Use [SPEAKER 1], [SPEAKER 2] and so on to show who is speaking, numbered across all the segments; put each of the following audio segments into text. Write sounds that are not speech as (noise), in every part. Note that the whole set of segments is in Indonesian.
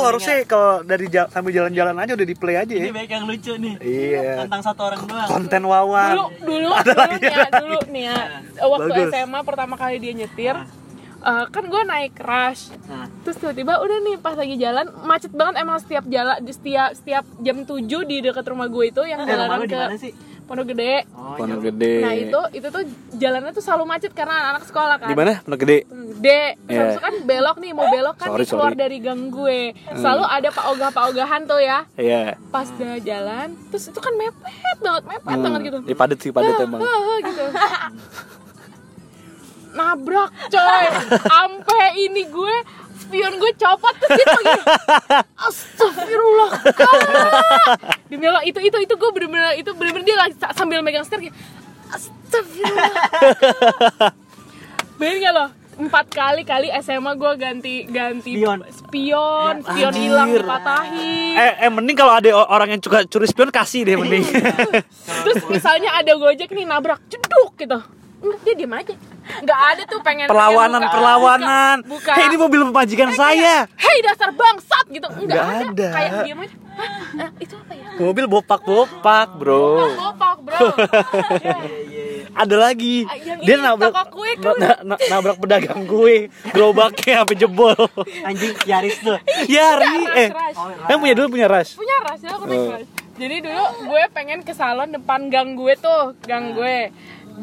[SPEAKER 1] Iya.
[SPEAKER 2] harusnya kalau dari ja- sambil jalan-jalan aja udah di play aja ya.
[SPEAKER 3] Iya.
[SPEAKER 4] Ini banyak yang lucu nih.
[SPEAKER 2] Iya.
[SPEAKER 4] Tentang satu orang doang.
[SPEAKER 2] Konten Wawan.
[SPEAKER 1] dulu dulu dulu nih ya dulu nih ya waktu
[SPEAKER 2] Bagus.
[SPEAKER 1] SMA pertama kali dia nyetir eh, kan gue naik rush
[SPEAKER 4] Nah,
[SPEAKER 1] terus tiba-tiba udah nih pas lagi jalan macet banget emang setiap jalan di setiap setiap jam 7 di dekat rumah gue itu yang
[SPEAKER 4] eh, rumah
[SPEAKER 1] jalanan
[SPEAKER 4] lu di
[SPEAKER 1] ke
[SPEAKER 4] mana sih?
[SPEAKER 1] Pondok Gede
[SPEAKER 4] Oh,
[SPEAKER 3] Pondok
[SPEAKER 4] iya.
[SPEAKER 3] Gede.
[SPEAKER 1] nah itu itu tuh jalannya tuh selalu macet karena anak-anak sekolah kan
[SPEAKER 3] Di mana? Pondok Gede.
[SPEAKER 1] Pondok Gede terus
[SPEAKER 3] Iya.
[SPEAKER 1] habis itu kan belok nih mau belok kan
[SPEAKER 3] Sorry,
[SPEAKER 1] nih keluar
[SPEAKER 3] sorry.
[SPEAKER 1] dari gang gue selalu ada pak ogah pak ogahan tuh ya
[SPEAKER 3] Iya.
[SPEAKER 1] pas udah jalan terus itu kan mepet banget mepet
[SPEAKER 3] Hmm.
[SPEAKER 1] banget gitu
[SPEAKER 3] Ini padet sih padet
[SPEAKER 1] Hah,
[SPEAKER 3] emang.
[SPEAKER 1] hah, hah, gitu. Nabrak coy. Ampe ini gue spion gue copot terus gitu gini. Astagfirullah. Ah. Demi Allah itu itu itu gue bener-bener itu bener-bener dia lagi sa- sambil megang setir gitu. Astagfirullah. Bayangin gak lo? empat kali kali SMA gue ganti ganti
[SPEAKER 4] Spion.
[SPEAKER 1] spion spion hilang
[SPEAKER 3] Anjir.
[SPEAKER 1] dipatahin
[SPEAKER 3] Eh, eh mending kalau ada o- orang yang suka curi spion kasih deh mending.
[SPEAKER 1] Iya.
[SPEAKER 3] (laughs)
[SPEAKER 1] Terus misalnya ada gojek nih nabrak, ceduk gitu. Enggak, dia diem aja. Nggak ada tuh pengen
[SPEAKER 3] perlawanan,
[SPEAKER 1] pengen buka-
[SPEAKER 3] perlawanan.
[SPEAKER 1] Buka. Iya.
[SPEAKER 3] Hei, ini mobil pemajikan saya.
[SPEAKER 1] Hei dasar bangsat gitu. Enggak
[SPEAKER 3] Nggak
[SPEAKER 1] ada.
[SPEAKER 3] ada.
[SPEAKER 1] Kayak diem aja. Hah? Eh, itu apa ya?
[SPEAKER 3] Mobil bopak-bopak, Bro.
[SPEAKER 1] Kopok, bro.
[SPEAKER 3] (laughs) Ada lagi.
[SPEAKER 1] Ah, yang
[SPEAKER 3] Dia
[SPEAKER 1] ini
[SPEAKER 3] nabrak
[SPEAKER 1] toko kue kan?
[SPEAKER 3] na- na- nabrak pedagang kue, gerobaknya sampai jebol.
[SPEAKER 1] (laughs)
[SPEAKER 4] Anjing Yaris tuh.
[SPEAKER 3] ya, Ri.
[SPEAKER 1] Rush,
[SPEAKER 3] Eh, Oh.
[SPEAKER 1] rush.
[SPEAKER 3] yang punya dulu punya Ras.
[SPEAKER 1] Punya ras, dulu aku naik ras. Jadi dulu gue pengen ke salon depan gang gue
[SPEAKER 3] Hmm.
[SPEAKER 1] tuh, gang gue.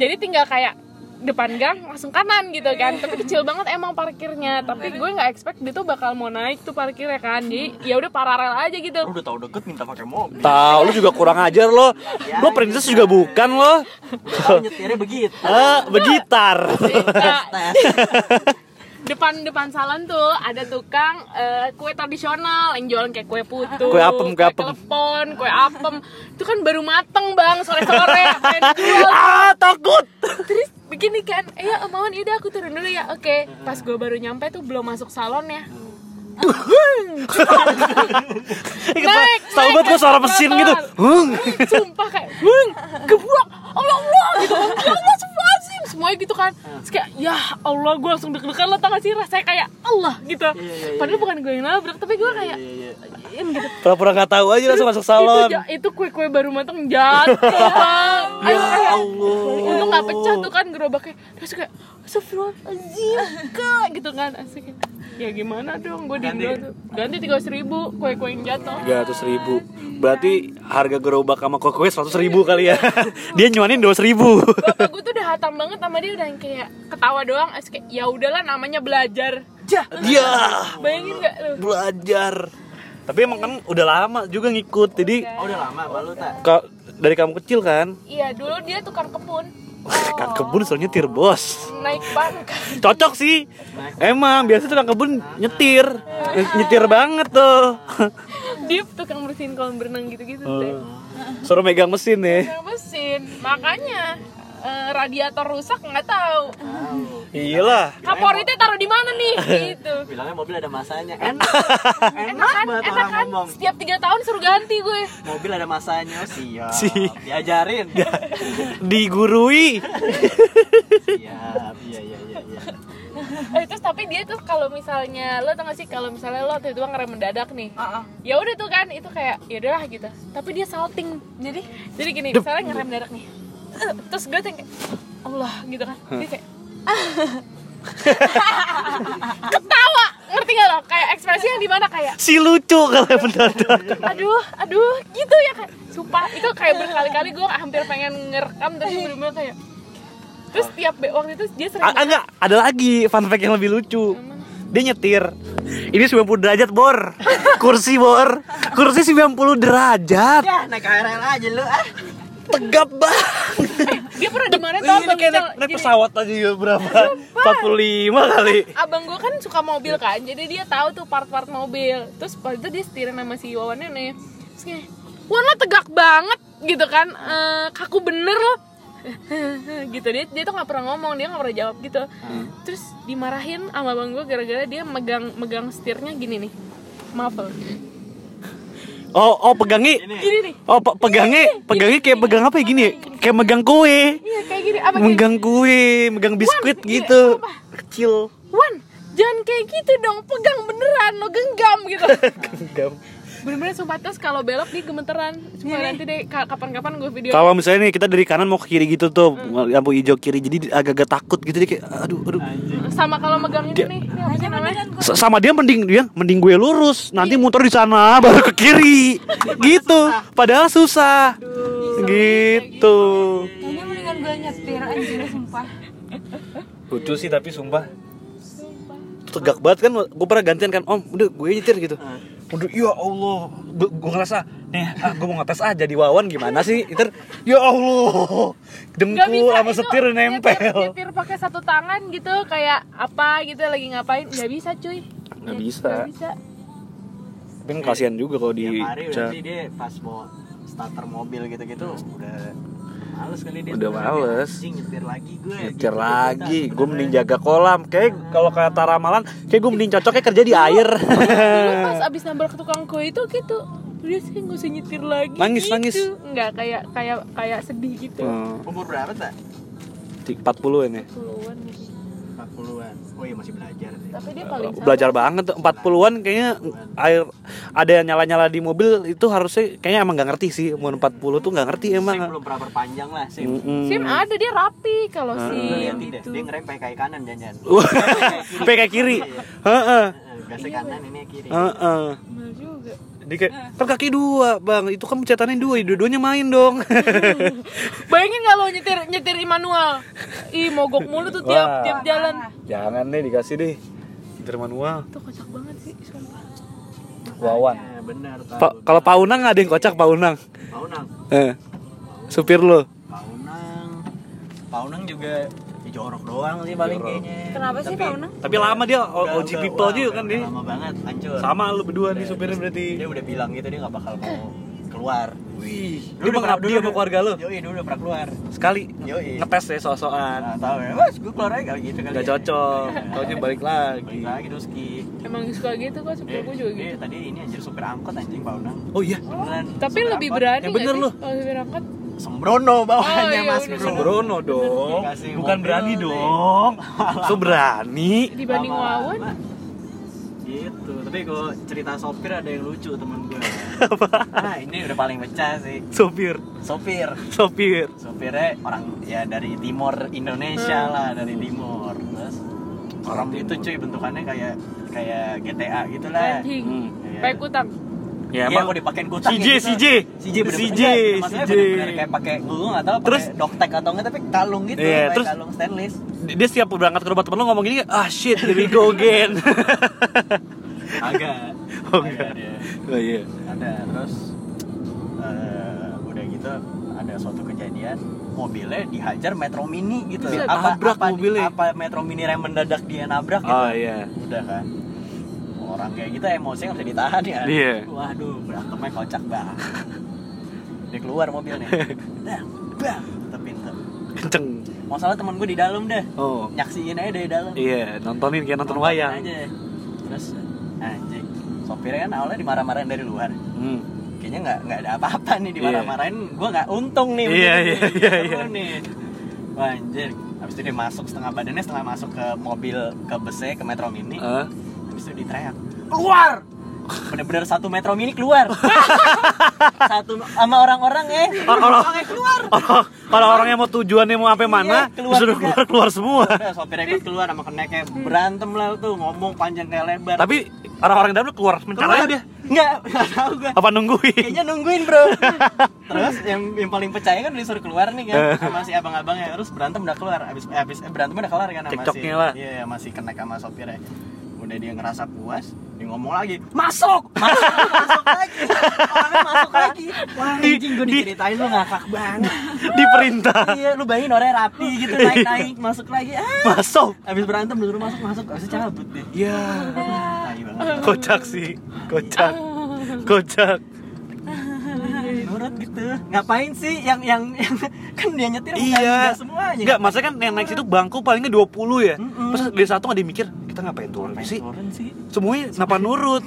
[SPEAKER 1] Jadi tinggal kayak depan gang langsung kanan gitu kan tapi kecil banget emang parkirnya tapi
[SPEAKER 3] Hmm.
[SPEAKER 1] gue nggak expect dia tuh bakal mau naik tuh parkirnya kan jadi ya udah paralel aja gitu
[SPEAKER 4] Lu udah tau deket minta pakai
[SPEAKER 3] (laughs)
[SPEAKER 4] mobil.
[SPEAKER 3] Tahu lu juga kurang ajar lo. Lo princess juga bukan lo.
[SPEAKER 4] Udah tau nyetirnya begitu.
[SPEAKER 3] Eh, begitar.
[SPEAKER 1] Nah,
[SPEAKER 3] (laughs)
[SPEAKER 4] Tes.
[SPEAKER 1] depan depan salon tuh ada tukang eh, kue tradisional yang jualan kayak kue putu
[SPEAKER 3] Kue apem, kue apem.
[SPEAKER 1] telepon kue apem itu kan baru mateng bang sore sore
[SPEAKER 3] (laughs) ah, takut.
[SPEAKER 1] terus begini kan eh ya mohon ya udah aku turun dulu ya oke pas gue baru nyampe tuh belum masuk ya. salonnya Naik,
[SPEAKER 3] Tahu
[SPEAKER 1] naik
[SPEAKER 3] banget gue
[SPEAKER 1] ke
[SPEAKER 3] suara mesin
[SPEAKER 1] trotoar.
[SPEAKER 3] gitu. Hung.
[SPEAKER 1] sumpah kayak "Heng, gebrok Allah Allah gitu kan ya Allah subhanallah semuanya gitu kan terus kayak ya Allah gue langsung deg-degan lo tau gak sih rasanya kayak Allah gitu
[SPEAKER 4] iya,
[SPEAKER 1] padahal bukan gue yang nabrak tapi gue kayak
[SPEAKER 4] Iya, iya.
[SPEAKER 1] "Em," gitu
[SPEAKER 3] Pura-pura gak tahu aja langsung masuk salon.
[SPEAKER 1] itu, ja- itu kue-kue baru matang
[SPEAKER 3] (laughs)
[SPEAKER 1] jatuh bang Ayo, kayak,
[SPEAKER 4] Ya Allah.
[SPEAKER 1] untung gak pecah tuh kan gerobaknya terus kayak Astagfirullahaladzim kak gitu kan asik ya gimana dong gue di
[SPEAKER 4] Ganti.
[SPEAKER 1] Indo tuh ganti tiga ribu kue-kue yang jatuh
[SPEAKER 3] Tiga ribu. Berarti harga gerobak sama kue kue seratus ribu kali ya. (laughs) Dia nyuanin dua ribu.
[SPEAKER 1] bapak gue tuh udah hatam banget sama dia udah yang kayak ketawa doang as kayak ya udahlah namanya belajar
[SPEAKER 3] Dia
[SPEAKER 1] bayangin gak lu
[SPEAKER 3] belajar. Tapi emang kan udah lama juga ngikut. Jadi
[SPEAKER 4] Oh, udah lama apa lu tak?
[SPEAKER 3] ka- dari kamu kecil kan.
[SPEAKER 1] iya dulu dia tukang kebun Oh.
[SPEAKER 3] Kan kebun selalu nyetir bos.
[SPEAKER 1] naik kan. bangka
[SPEAKER 3] Cocok sih. Emang biasa tukang kebun nyetir. Eh, Nyetir banget tuh.
[SPEAKER 1] (laughs)
[SPEAKER 3] (laughs)
[SPEAKER 1] dia tukang bersihin kolam berenang gitu-gitu
[SPEAKER 3] Oh.
[SPEAKER 1] deh
[SPEAKER 3] Suruh megang mesin ya.
[SPEAKER 1] Tukang mesin makanya eh, radiator rusak nggak tahu
[SPEAKER 4] Ah.
[SPEAKER 3] Iyalah.
[SPEAKER 1] kaporitnya taruh di mana
[SPEAKER 4] (laughs)
[SPEAKER 1] nih gitu
[SPEAKER 4] Bilangnya mobil ada masanya.
[SPEAKER 3] (laughs)
[SPEAKER 4] Enak. Enak
[SPEAKER 1] kan
[SPEAKER 4] banget
[SPEAKER 1] enak
[SPEAKER 4] orang
[SPEAKER 1] kan
[SPEAKER 4] ngomong.
[SPEAKER 1] setiap tiga tahun suruh ganti gue
[SPEAKER 4] Mobil ada masanya. Oh, Siap.
[SPEAKER 3] Si- Ya.
[SPEAKER 4] Diajarin.
[SPEAKER 3] Digurui.
[SPEAKER 4] Siap. Iya, iya, iya, iya.
[SPEAKER 1] (laughs) eh, terus tapi dia tuh kalau misalnya lo tau gak sih kalau misalnya lo tiba-tiba ngerem mendadak nih ya udah tuh kan itu kayak ya udahlah gitu tapi dia salting
[SPEAKER 5] Jadi
[SPEAKER 1] jadi gini misalnya ngerem dadak nih (clears throat) Eh, terus gue tuh yang kayak Allah gitu kan dia kayak (laughs) ketawa ngerti gak lo kayak ekspresi yang di mana kayak
[SPEAKER 3] Si lucu kalau mendadak.
[SPEAKER 1] aduh aduh gitu ya kan sumpah itu kayak berkali-kali gue hampir pengen ngerekam tapi bener-bener kayak terus tiap be- waktu itu dia sering
[SPEAKER 3] Ah, ah, enggak, ada lagi fun fact yang lebih lucu. Dia nyetir. Ini 90 derajat, Bor. Kursi, Bor. Kursi 90 derajat.
[SPEAKER 4] Ya, naik KRL aja lu. ah.
[SPEAKER 3] Tegap banget.
[SPEAKER 1] dia pernah dimana tuh
[SPEAKER 3] Ini
[SPEAKER 1] abang
[SPEAKER 3] kayak
[SPEAKER 1] Ical?
[SPEAKER 3] naik, naik
[SPEAKER 1] Gini,
[SPEAKER 3] pesawat aja ya berapa? 45 kali.
[SPEAKER 1] abang gue kan suka mobil kan jadi dia tahu tuh part-part mobil terus pas itu dia setirin sama si Wawannya nih terus kayak Wan lo tegak banget gitu kan Eh, kaku bener lo (laughs) gitu dia dia tuh nggak pernah ngomong dia nggak pernah jawab gitu terus dimarahin sama abang gue gara-gara dia megang megang setirnya gini nih maaf lo
[SPEAKER 3] Oh, oh pegangi.
[SPEAKER 1] gini nih
[SPEAKER 3] Oh, pe- pegangi, pegangi kayak pegang apa ya gini? ya? Kayak megang kue.
[SPEAKER 1] iya kayak gini apa gini
[SPEAKER 3] Megang kue, megang biskuit gitu. Kecil.
[SPEAKER 1] Wan jangan kayak gitu dong pegang beneran lo genggam gitu
[SPEAKER 3] Genggam.
[SPEAKER 1] bener-bener sumpah terus kalau belok dia gemeteran cuma nanti deh ka- kapan-kapan gue video
[SPEAKER 3] Kalau misalnya nih kita dari kanan mau ke kiri gitu tuh, lampu hijau kiri jadi agak-agak takut gitu dia kayak aduh aduh.
[SPEAKER 1] sama kalau megang ini nih ini apa sih namanya
[SPEAKER 3] S- sama dia mending dia mending gue lurus, nanti muter di sana baru ke (laughs) kiri. gitu. Padahal susah. Gitu.
[SPEAKER 5] Kayaknya mendingan gue nyetir anjir sumpah.
[SPEAKER 3] Lucu sih tapi sumpah. Tegak banget kan, gue pernah gantian kan, om udah gue nyetir gitu
[SPEAKER 4] Ah.
[SPEAKER 3] Udah, ya Allah, gue, gue ngerasa, nih ah, gue mau ngetes ah jadi wawan gimana sih Ntar, ya Allah,
[SPEAKER 1] Gak
[SPEAKER 3] dengkul sama setir
[SPEAKER 1] Iya, nyetir,
[SPEAKER 3] nempel
[SPEAKER 1] nyetir pakai satu tangan gitu kayak apa gitu lagi ngapain nggak bisa cuy
[SPEAKER 3] Nggak
[SPEAKER 1] Ya,
[SPEAKER 3] bisa.
[SPEAKER 1] nggak bisa
[SPEAKER 3] Tapi kan kasihan juga kalau di
[SPEAKER 4] Tiap hari gitu,
[SPEAKER 3] ca-
[SPEAKER 4] berarti dia pas mau starter mobil gitu-gitu udah males kali dia
[SPEAKER 3] Udah
[SPEAKER 4] sebenarnya.
[SPEAKER 3] males.
[SPEAKER 4] Anjing, nyetir lagi gue
[SPEAKER 3] Nyetir
[SPEAKER 4] Gitu,
[SPEAKER 3] lagi,
[SPEAKER 4] gitu,
[SPEAKER 3] gue mending jaga kolam Kayak kalau kata ramalan, kayak gue mending cocoknya kerja di air
[SPEAKER 1] Dulu pas abis nambah ke tukang kue itu gitu dia sih nggak usah nyetir lagi
[SPEAKER 3] Nangis,
[SPEAKER 1] gitu.
[SPEAKER 3] nangis.
[SPEAKER 1] nggak kayak kayak kayak sedih
[SPEAKER 4] Ah.
[SPEAKER 3] (laughs)
[SPEAKER 1] gitu
[SPEAKER 3] Hmm,
[SPEAKER 4] umur berapa tak?
[SPEAKER 3] di 40 ini
[SPEAKER 1] Puluhan gitu.
[SPEAKER 4] 40-an oh iya masih belajar sih
[SPEAKER 1] tapi dia paling sabar.
[SPEAKER 3] Belajar banget, tuh, 40-an kayaknya air ada yang nyala-nyala di mobil itu harusnya kayaknya emang gak ngerti sih Umur 40 tuh gak ngerti
[SPEAKER 4] sim
[SPEAKER 3] emang (laughs)
[SPEAKER 4] belum pernah perpanjang lah sim
[SPEAKER 3] Mm-mm.
[SPEAKER 1] sim ada dia rapi kalau
[SPEAKER 3] Hmm.
[SPEAKER 4] Lu
[SPEAKER 3] Iya.
[SPEAKER 1] sim
[SPEAKER 4] liatin deh,
[SPEAKER 1] itu
[SPEAKER 4] dia ngerem pakai kaki kanan jangan
[SPEAKER 3] Pakai kiri Heeh,
[SPEAKER 4] Gasnya Eh, kanan ini kiri
[SPEAKER 3] heeh.
[SPEAKER 1] bener Iya juga
[SPEAKER 3] Jadi kayak, kan kaki dua bang, itu kan pencetannya dua, dua-duanya main (laughs) dong
[SPEAKER 1] bayangin nggak lo nyetir nyetir manual ih mogok mulu tuh tiap
[SPEAKER 3] Wah.
[SPEAKER 1] tiap jalan
[SPEAKER 3] Jangan deh dikasih deh Nyetir manual
[SPEAKER 1] tuh kocak banget sih sumpah
[SPEAKER 3] Wawan
[SPEAKER 4] Nah, benar
[SPEAKER 3] Pa- kalau Pak Unang ada yang kocak Pak Unang.
[SPEAKER 4] paunang
[SPEAKER 3] Eh, supir lo.
[SPEAKER 4] paunang paunang juga ya jorok doang sih paling kayaknya
[SPEAKER 5] Kenapa sih Pak Unang?
[SPEAKER 3] Tapi lama dia
[SPEAKER 4] Udah,
[SPEAKER 3] O- OG
[SPEAKER 4] udah,
[SPEAKER 3] people
[SPEAKER 4] udah,
[SPEAKER 3] juga
[SPEAKER 4] udah,
[SPEAKER 3] kan
[SPEAKER 4] udah
[SPEAKER 3] dia.
[SPEAKER 4] lama banget hancur
[SPEAKER 3] Sama lu berdua nih supirnya
[SPEAKER 4] dia
[SPEAKER 3] berarti.
[SPEAKER 4] udah bilang gitu dia nggak bakal mau keluar
[SPEAKER 3] Wih,
[SPEAKER 4] Lu
[SPEAKER 3] dia mengabdi sama keluarga lo.
[SPEAKER 4] Yoi, dulu udah pernah keluar
[SPEAKER 3] Sekali
[SPEAKER 4] Yoi.
[SPEAKER 3] ngetes ya deh sok-sokan.
[SPEAKER 4] Nah, tahu ya, mas, gue keluar aja nggak gitu kali.
[SPEAKER 3] Gak
[SPEAKER 4] ya.
[SPEAKER 3] cocok, taunya balik
[SPEAKER 4] Balik
[SPEAKER 3] lagi.
[SPEAKER 4] lagi doski.
[SPEAKER 1] emang suka gitu kok
[SPEAKER 4] Eh,
[SPEAKER 1] supir gue juga gitu
[SPEAKER 4] eh, tadi ini anjir supir angkot anjing paunang.
[SPEAKER 3] Oh iya,
[SPEAKER 4] Beneran,
[SPEAKER 1] tapi
[SPEAKER 4] supir
[SPEAKER 1] lebih
[SPEAKER 4] angkot.
[SPEAKER 1] berani
[SPEAKER 3] Eh,
[SPEAKER 1] nggak
[SPEAKER 3] bener
[SPEAKER 1] sih
[SPEAKER 3] lu.
[SPEAKER 1] kalau supir angkot
[SPEAKER 4] Sembrono bawaannya
[SPEAKER 1] Oh, iya,
[SPEAKER 4] mas
[SPEAKER 1] udah.
[SPEAKER 4] bro.
[SPEAKER 3] Sembrono dong.
[SPEAKER 4] Dikasih
[SPEAKER 3] Bukan
[SPEAKER 4] mobil,
[SPEAKER 3] berani
[SPEAKER 4] nih.
[SPEAKER 3] (laughs) dong. So berani.
[SPEAKER 1] dibanding
[SPEAKER 4] Lama-lama.
[SPEAKER 1] wawan
[SPEAKER 4] gitu tapi kalau cerita sopir ada yang lucu temen gue ah ini udah paling pecah sih
[SPEAKER 3] Sopir,
[SPEAKER 4] sopir
[SPEAKER 3] sopir.
[SPEAKER 4] sopirnya orang ya dari timur
[SPEAKER 1] Hmm.
[SPEAKER 4] Indonesia lah dari timur terus orang itu cuy bentukannya kayak kayak GTA gitu lah
[SPEAKER 1] anjing
[SPEAKER 3] Hmm.
[SPEAKER 1] kayak kutang
[SPEAKER 4] Ya,
[SPEAKER 3] emang-
[SPEAKER 4] mau dipakein kutak
[SPEAKER 3] CJ,
[SPEAKER 4] gitu.
[SPEAKER 3] CJ.
[SPEAKER 4] CJ, bener-bener.
[SPEAKER 3] CJ,
[SPEAKER 4] Iya, maksudnya
[SPEAKER 3] CJ.
[SPEAKER 4] bener-bener kayak pakai gue nggak tahu
[SPEAKER 3] Terus-
[SPEAKER 4] terus doktek atau enggak tapi kalung gitu
[SPEAKER 3] Iya,
[SPEAKER 4] kayak
[SPEAKER 3] terus-
[SPEAKER 4] kalung stainless
[SPEAKER 3] Dia setiap berangkat ke rumah temen lo ngomong gini, ah shit, here we go again.
[SPEAKER 4] agak
[SPEAKER 3] (laughs) Oh,
[SPEAKER 4] agak
[SPEAKER 3] enggak.
[SPEAKER 4] dia.
[SPEAKER 3] (laughs) oh iya.
[SPEAKER 4] ada terus eh, udah gitu ada suatu kejadian mobilnya dihajar metro mini gitu
[SPEAKER 3] Bisa nabrak
[SPEAKER 4] apa,
[SPEAKER 3] mobilnya.
[SPEAKER 4] apa metro mini rem mendadak dia nabrak gitu
[SPEAKER 3] Oh iya.
[SPEAKER 4] udah kan orang kayak gitu emosi nggak bisa ditahan ya
[SPEAKER 3] Iya.
[SPEAKER 4] waduh berantemnya kocak banget dia keluar
[SPEAKER 3] (laughs)
[SPEAKER 4] mobilnya Dah, bang tutup pintu
[SPEAKER 3] Kenceng.
[SPEAKER 4] masalah temen gue di dalam deh
[SPEAKER 3] Oh.
[SPEAKER 4] nyaksiin aja dari dalam
[SPEAKER 3] Iya, nontonin kayak nonton
[SPEAKER 4] Nontonin
[SPEAKER 3] wayang.
[SPEAKER 4] aja. terus anjing sopirnya kan awalnya dimarah-marahin dari luar
[SPEAKER 3] Hmm.
[SPEAKER 4] kayaknya nggak nggak ada apa-apa nih dimarah-marahin gue nggak untung nih
[SPEAKER 3] Iya,
[SPEAKER 4] begini
[SPEAKER 3] iya,
[SPEAKER 4] nih,
[SPEAKER 3] iya,
[SPEAKER 4] seru
[SPEAKER 3] iya.
[SPEAKER 4] nih Wah, anjir habis itu dia masuk setengah badannya setengah masuk ke mobil ke busnya ke metro mini
[SPEAKER 3] Eh,
[SPEAKER 4] habis itu diteriak keluar bener-bener satu metro mini
[SPEAKER 3] (laughs)
[SPEAKER 4] keluar satu sama orang-orang ya
[SPEAKER 3] Orang-
[SPEAKER 4] Orangnya keluar
[SPEAKER 3] orang- Orang-orang yang mau tujuannya mau sampai mana,
[SPEAKER 4] Iya, keluar
[SPEAKER 3] sudah
[SPEAKER 4] juga.
[SPEAKER 3] keluar keluar semua.
[SPEAKER 4] Udah, sopirnya ikut keluar sama keneknya berantem lah tuh ngomong panjang kayak lebar
[SPEAKER 3] Tapi orang-orang dalam keluar mencari dia.
[SPEAKER 4] nggak nggak tahu gue
[SPEAKER 3] Apa nungguin?
[SPEAKER 4] kayaknya nungguin bro (laughs) terus yang yang paling pecahnya kan disuruh keluar nih kan sama si abang-abangnya terus berantem udah keluar abis eh, abis eh, berantem udah kelar kan sama
[SPEAKER 3] Cekcoknya
[SPEAKER 4] si-
[SPEAKER 3] lah.
[SPEAKER 4] iya iya, masih kena sama sopirnya udah dia ngerasa puas dia ngomong lagi masuk (laughs) masuk masuk lagi orangnya masuk lagi wah anjing gue
[SPEAKER 3] Di-
[SPEAKER 4] diceritain lu ngakak banget
[SPEAKER 3] Diperintah.
[SPEAKER 4] iya lu bayangin orangnya rapi gitu naik naik masuk lagi ah.
[SPEAKER 3] Masuk.
[SPEAKER 4] abis berantem disuruh masuk masuk abis itu cabut deh
[SPEAKER 3] Ya,
[SPEAKER 4] Tai banget
[SPEAKER 3] kocak sih. Kocak. Kocak.
[SPEAKER 4] nurut gitu ngapain sih yang yang, yang (laughs) kan dia nyetir bukan
[SPEAKER 3] Iya.
[SPEAKER 4] dia semuanya
[SPEAKER 3] Enggak, maksudnya kan yang naik situ bangku palingnya 20 ya.
[SPEAKER 4] Mm-mm.
[SPEAKER 3] Terus dari satu ada yang mikir, kita ngapain turun
[SPEAKER 4] Ngapain
[SPEAKER 3] sih?
[SPEAKER 4] turun sih
[SPEAKER 3] Semuanya napa nurut?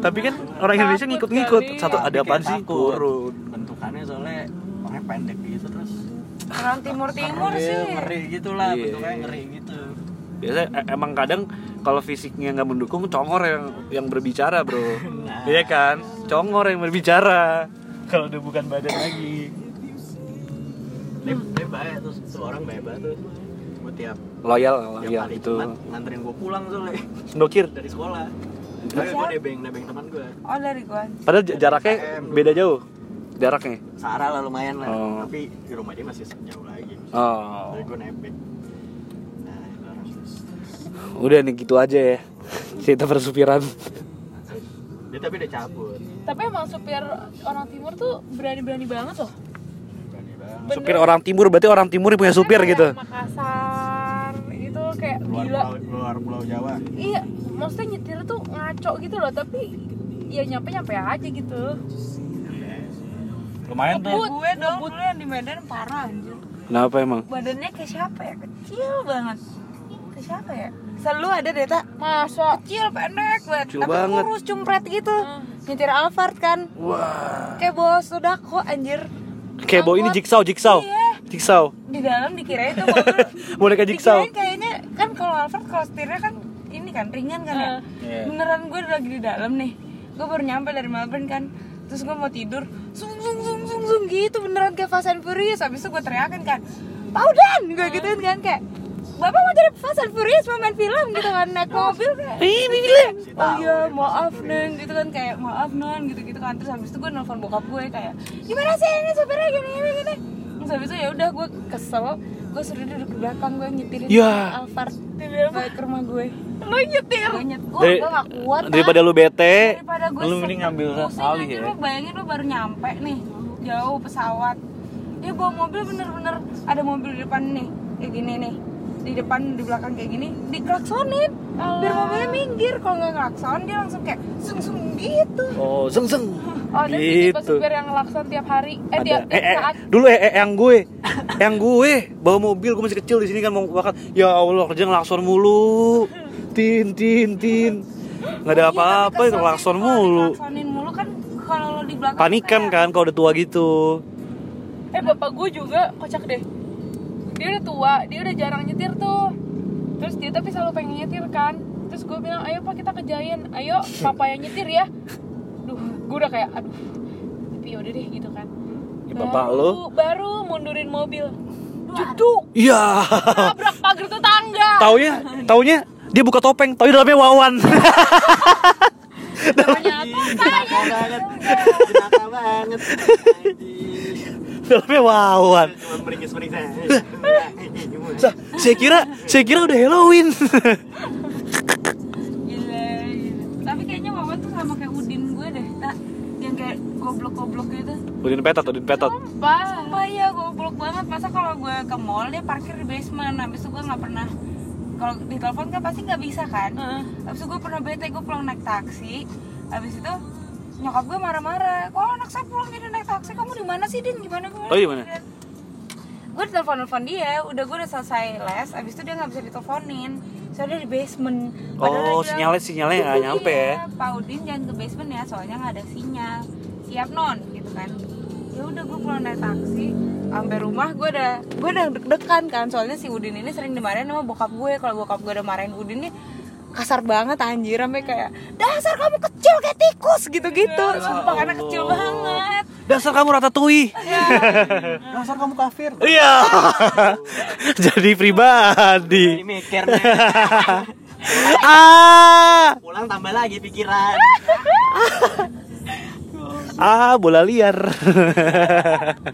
[SPEAKER 3] Tapi kan orang Indonesia
[SPEAKER 1] Takut
[SPEAKER 3] ngikut-ngikut.
[SPEAKER 1] kali.
[SPEAKER 3] Satu ada
[SPEAKER 4] Tapi
[SPEAKER 3] apaan
[SPEAKER 4] kayak
[SPEAKER 3] sih?
[SPEAKER 4] takut.
[SPEAKER 3] Turun.
[SPEAKER 4] bentukannya soalnya orangnya pendek gitu terus Iya,
[SPEAKER 5] Orang timur-timur
[SPEAKER 4] Ngeri,
[SPEAKER 5] sih.
[SPEAKER 4] ngeri gitu lah
[SPEAKER 3] Iya.
[SPEAKER 4] bentuknya ngeri gitu
[SPEAKER 3] biasa e- emang kadang kalau fisiknya nggak mendukung congor yang yang berbicara bro iya kan congor yang berbicara
[SPEAKER 4] Nah. kalau udah bukan badan lagi dia baik terus tuh orang baik banget tuh gue tiap
[SPEAKER 3] loyal
[SPEAKER 4] tiap
[SPEAKER 3] loyal
[SPEAKER 4] hari
[SPEAKER 3] itu
[SPEAKER 4] Jumat nganterin gue pulang soalnya (laughs)
[SPEAKER 3] nokir
[SPEAKER 4] dari sekolah Tapi gue nebeng nebeng teman gue
[SPEAKER 5] Oh dari gua.
[SPEAKER 3] padahal j- jaraknya beda jauh jaraknya
[SPEAKER 4] searah lah lumayan lah
[SPEAKER 3] Oh.
[SPEAKER 4] tapi di rumah dia masih jauh lagi
[SPEAKER 3] oh
[SPEAKER 4] Tapi gue nebeng nah itu orang
[SPEAKER 3] udah nih gitu aja ya cerita persupiran
[SPEAKER 4] dia tapi udah cabut
[SPEAKER 1] Tapi emang supir orang timur tuh berani-berani banget loh.
[SPEAKER 4] berani banget
[SPEAKER 1] Bener.
[SPEAKER 3] supir orang timur berarti orang timur yang punya supir
[SPEAKER 1] Kayak
[SPEAKER 3] gitu
[SPEAKER 1] Makassar gitu kayak
[SPEAKER 4] luar
[SPEAKER 1] gila.
[SPEAKER 4] pulau luar pulau Jawa
[SPEAKER 1] Iya, maksudnya nyetir tuh ngaco gitu loh, tapi ya nyampe-nyampe aja gitu.
[SPEAKER 3] lumayan
[SPEAKER 1] Ngebut,
[SPEAKER 5] Gue dong
[SPEAKER 1] ngebut.
[SPEAKER 5] dulu yang di Medan parah anjir.
[SPEAKER 3] kenapa emang
[SPEAKER 5] Badannya kayak siapa ya? Kecil banget. Kayak siapa ya? Selalu ada deh tak
[SPEAKER 1] Masa
[SPEAKER 5] kecil pendek banget
[SPEAKER 3] Kecil
[SPEAKER 5] tapi
[SPEAKER 3] banget.
[SPEAKER 5] kurus cumpret gitu nyetir Alphard kan
[SPEAKER 3] wah
[SPEAKER 5] kayak bawa sodako anjir
[SPEAKER 3] kebo ini jigsaw jigsaw
[SPEAKER 5] Iya.
[SPEAKER 3] jigsaw
[SPEAKER 5] di dalam dikira
[SPEAKER 3] (laughs)
[SPEAKER 5] itu mobil
[SPEAKER 3] boneka jigsaw
[SPEAKER 5] Dikirain kayaknya kan kalau Alphard kalau setirnya kan ini kan ringan kan ya
[SPEAKER 1] Ah.
[SPEAKER 4] Iya.
[SPEAKER 5] beneran gue lagi di dalam nih gue baru nyampe dari Melbourne kan terus gue mau tidur sung sung sung sung sung gitu beneran kayak Fast and Furious habis itu gue teriakin kan Paudan gue gituin kan kayak Bapak mau jadi Fast and Furious mau main film gitu kan naik mobil kayak Oh iya maaf Nen gitu kan kayak maaf non gitu gitu kan terus habis itu gue nelfon bokap gue kayak gimana sih ini sopirnya gini gini gini terus habis itu ya udah gue kesel gue suruh dia duduk di belakang gue nyetirin
[SPEAKER 3] Ya.
[SPEAKER 5] Alphard balik ke rumah gue
[SPEAKER 1] lo nyetir.
[SPEAKER 5] gue nyet gue
[SPEAKER 3] Dari-
[SPEAKER 5] gue gak kuat Tan.
[SPEAKER 3] daripada lu bete
[SPEAKER 5] daripada gue
[SPEAKER 3] lu mending ngambil alih ya
[SPEAKER 5] lu bayangin lu baru nyampe nih jauh pesawat dia bawa mobil bener-bener ada mobil di depan nih kayak gini nih di depan di belakang kayak gini diklaksonin biar mobilnya minggir kalau nggak ngelakson dia langsung kayak sung sung gitu
[SPEAKER 3] oh seng seng
[SPEAKER 1] Oh, ada sih tipe
[SPEAKER 3] gitu
[SPEAKER 1] supir yang ngelakson tiap hari.
[SPEAKER 3] ada
[SPEAKER 1] Eh, tiap,
[SPEAKER 3] eh,
[SPEAKER 1] tiap
[SPEAKER 3] eh,
[SPEAKER 1] saat.
[SPEAKER 3] dulu eh, eh, yang gue yang gue bawa mobil gue masih kecil di sini kan mau makan ya allah kerja ngelakson mulu tin tin tin nggak ada apa-apa
[SPEAKER 5] Iya,
[SPEAKER 3] itu
[SPEAKER 5] tapi
[SPEAKER 3] ngelakson
[SPEAKER 5] kalau
[SPEAKER 3] mulu
[SPEAKER 5] diklaksonin mulu kan kalau lo di belakang
[SPEAKER 3] panikan
[SPEAKER 5] kayak-
[SPEAKER 3] kan kalau udah tua gitu
[SPEAKER 1] Eh, bapak gue juga kocak deh. Dia udah tua, dia udah jarang nyetir tuh. Terus dia tapi selalu pengen nyetir kan. Terus gue bilang, ayo pak kita kejain. Ayo, papa yang nyetir ya. Duh, gue udah kayak, aduh. Tapi yaudah deh gitu kan.
[SPEAKER 3] Ya, bapak lo.
[SPEAKER 1] Baru- Baru mundurin mobil. Jeduk,
[SPEAKER 3] iya
[SPEAKER 5] Ah.
[SPEAKER 1] nabrak pagar tetangga.
[SPEAKER 3] taunya taunya dia buka topeng taunya dalamnya wawan (laughs)
[SPEAKER 1] Ternyata
[SPEAKER 4] Jenaka banget Jenaka banget Anjing.
[SPEAKER 3] dalamnya wawan
[SPEAKER 4] cuma meringis meringis
[SPEAKER 3] Sa- saya kira saya kira udah Halloween (laughs)
[SPEAKER 5] Gila, gila. tapi kayaknya Wawan tuh sama kayak Udin gue deh tak yang kayak goblok-goblok gitu
[SPEAKER 3] udin petot udin petot
[SPEAKER 1] sumpah.
[SPEAKER 5] Sumpah ya goblok banget masa kalau gue ke mall dia parkir di basement habis itu gue nggak pernah kalau ditelepon kan pasti nggak bisa kan
[SPEAKER 1] Heeh.
[SPEAKER 5] habis itu gue pernah bete gue pulang naik taksi habis itu nyokap gue marah-marah kok anak saya pulang jadi naik taksi kamu di mana sih din gimana gue
[SPEAKER 3] Oh,
[SPEAKER 5] Iya,
[SPEAKER 3] di mana?
[SPEAKER 5] gue telepon telepon dia udah gue udah selesai les habis itu dia nggak bisa diteleponin soalnya dia di basement
[SPEAKER 3] oh
[SPEAKER 5] dia bilang,
[SPEAKER 3] sinyalnya sinyalnya nggak nyampe ya
[SPEAKER 5] Iya, Pak Udin jangan ke basement ya, soalnya nggak ada sinyal. Siap non, gitu kan? Ya udah gue pulang naik taksi, sampai rumah gue udah gue udah deg-degan kan, soalnya si Udin ini sering dimarahin sama bokap gue. Kalau bokap gue udah marahin Udin nih kasar banget anjir sampai kayak dasar kamu kecil kayak tikus gitu-gitu
[SPEAKER 3] Ya
[SPEAKER 5] sumpah karena kecil banget
[SPEAKER 3] dasar kamu ratatouille
[SPEAKER 4] dasar kamu kafir
[SPEAKER 3] iya (laughs) jadi pribadi
[SPEAKER 4] ini mikir nih.
[SPEAKER 3] ah
[SPEAKER 4] pulang tambah lagi pikiran
[SPEAKER 3] ah bola liar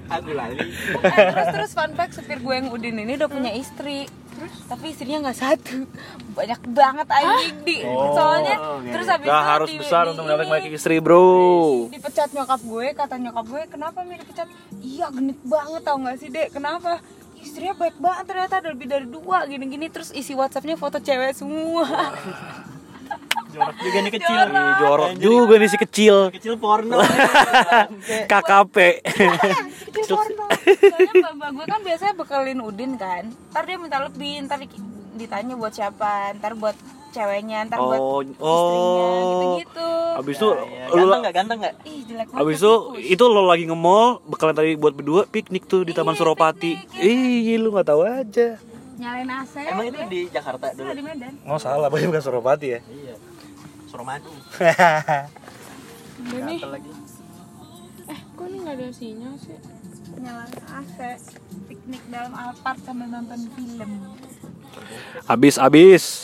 [SPEAKER 4] aku lali
[SPEAKER 5] Eh, terus terus fun fact supir gue yang Udin ini udah punya istri tapi istrinya nggak satu banyak banget anjing di soalnya terus habis
[SPEAKER 3] Gak
[SPEAKER 5] itu
[SPEAKER 3] harus
[SPEAKER 5] di-
[SPEAKER 3] besar
[SPEAKER 5] di
[SPEAKER 3] untuk mendapatkan
[SPEAKER 5] ini,
[SPEAKER 3] banyak istri bro
[SPEAKER 5] dipecat nyokap gue kata nyokap gue kenapa mi dipecat iya genit banget tau gak sih dek kenapa istrinya baik banget ternyata ada lebih dari dua gini-gini terus isi WhatsAppnya foto cewek semua
[SPEAKER 4] jorok juga nih kecil
[SPEAKER 3] Ih, jorok juga nih si kecil
[SPEAKER 4] kecil
[SPEAKER 3] (laughs)
[SPEAKER 4] porno
[SPEAKER 3] KKP
[SPEAKER 5] Itu porno. soalnya mbak gue kan biasanya bekelin udin kan ntar dia minta lebih ntar di- ditanya buat siapa ntar buat ceweknya
[SPEAKER 3] (laughs)
[SPEAKER 5] ntar buat
[SPEAKER 3] oh
[SPEAKER 5] istrinya
[SPEAKER 3] oh
[SPEAKER 5] Iya, gitu-gitu Iya,
[SPEAKER 3] abis itu lu
[SPEAKER 4] ganteng nggak ganteng nggak
[SPEAKER 5] ih jelek banget
[SPEAKER 3] Abis itu itu lo lagi
[SPEAKER 5] Iya,
[SPEAKER 3] nge-mall bekalan tadi buat berdua piknik tuh di Taman Suropati. Ih, lu nggak tahu aja.
[SPEAKER 5] nyalain AC
[SPEAKER 4] Emang itu
[SPEAKER 5] gue.
[SPEAKER 4] di Jakarta dulu?
[SPEAKER 5] Itu di Medan
[SPEAKER 3] Oh salah, (laughs) Boy bukan Suropati ya.
[SPEAKER 4] Iya. Suruh madu.
[SPEAKER 1] Udah nih.
[SPEAKER 4] Gatel lagi.
[SPEAKER 1] Eh, kok ini nggak ada sinyal sih?
[SPEAKER 5] nyalain AC piknik dalam apart sambil nonton film
[SPEAKER 3] Abis abis.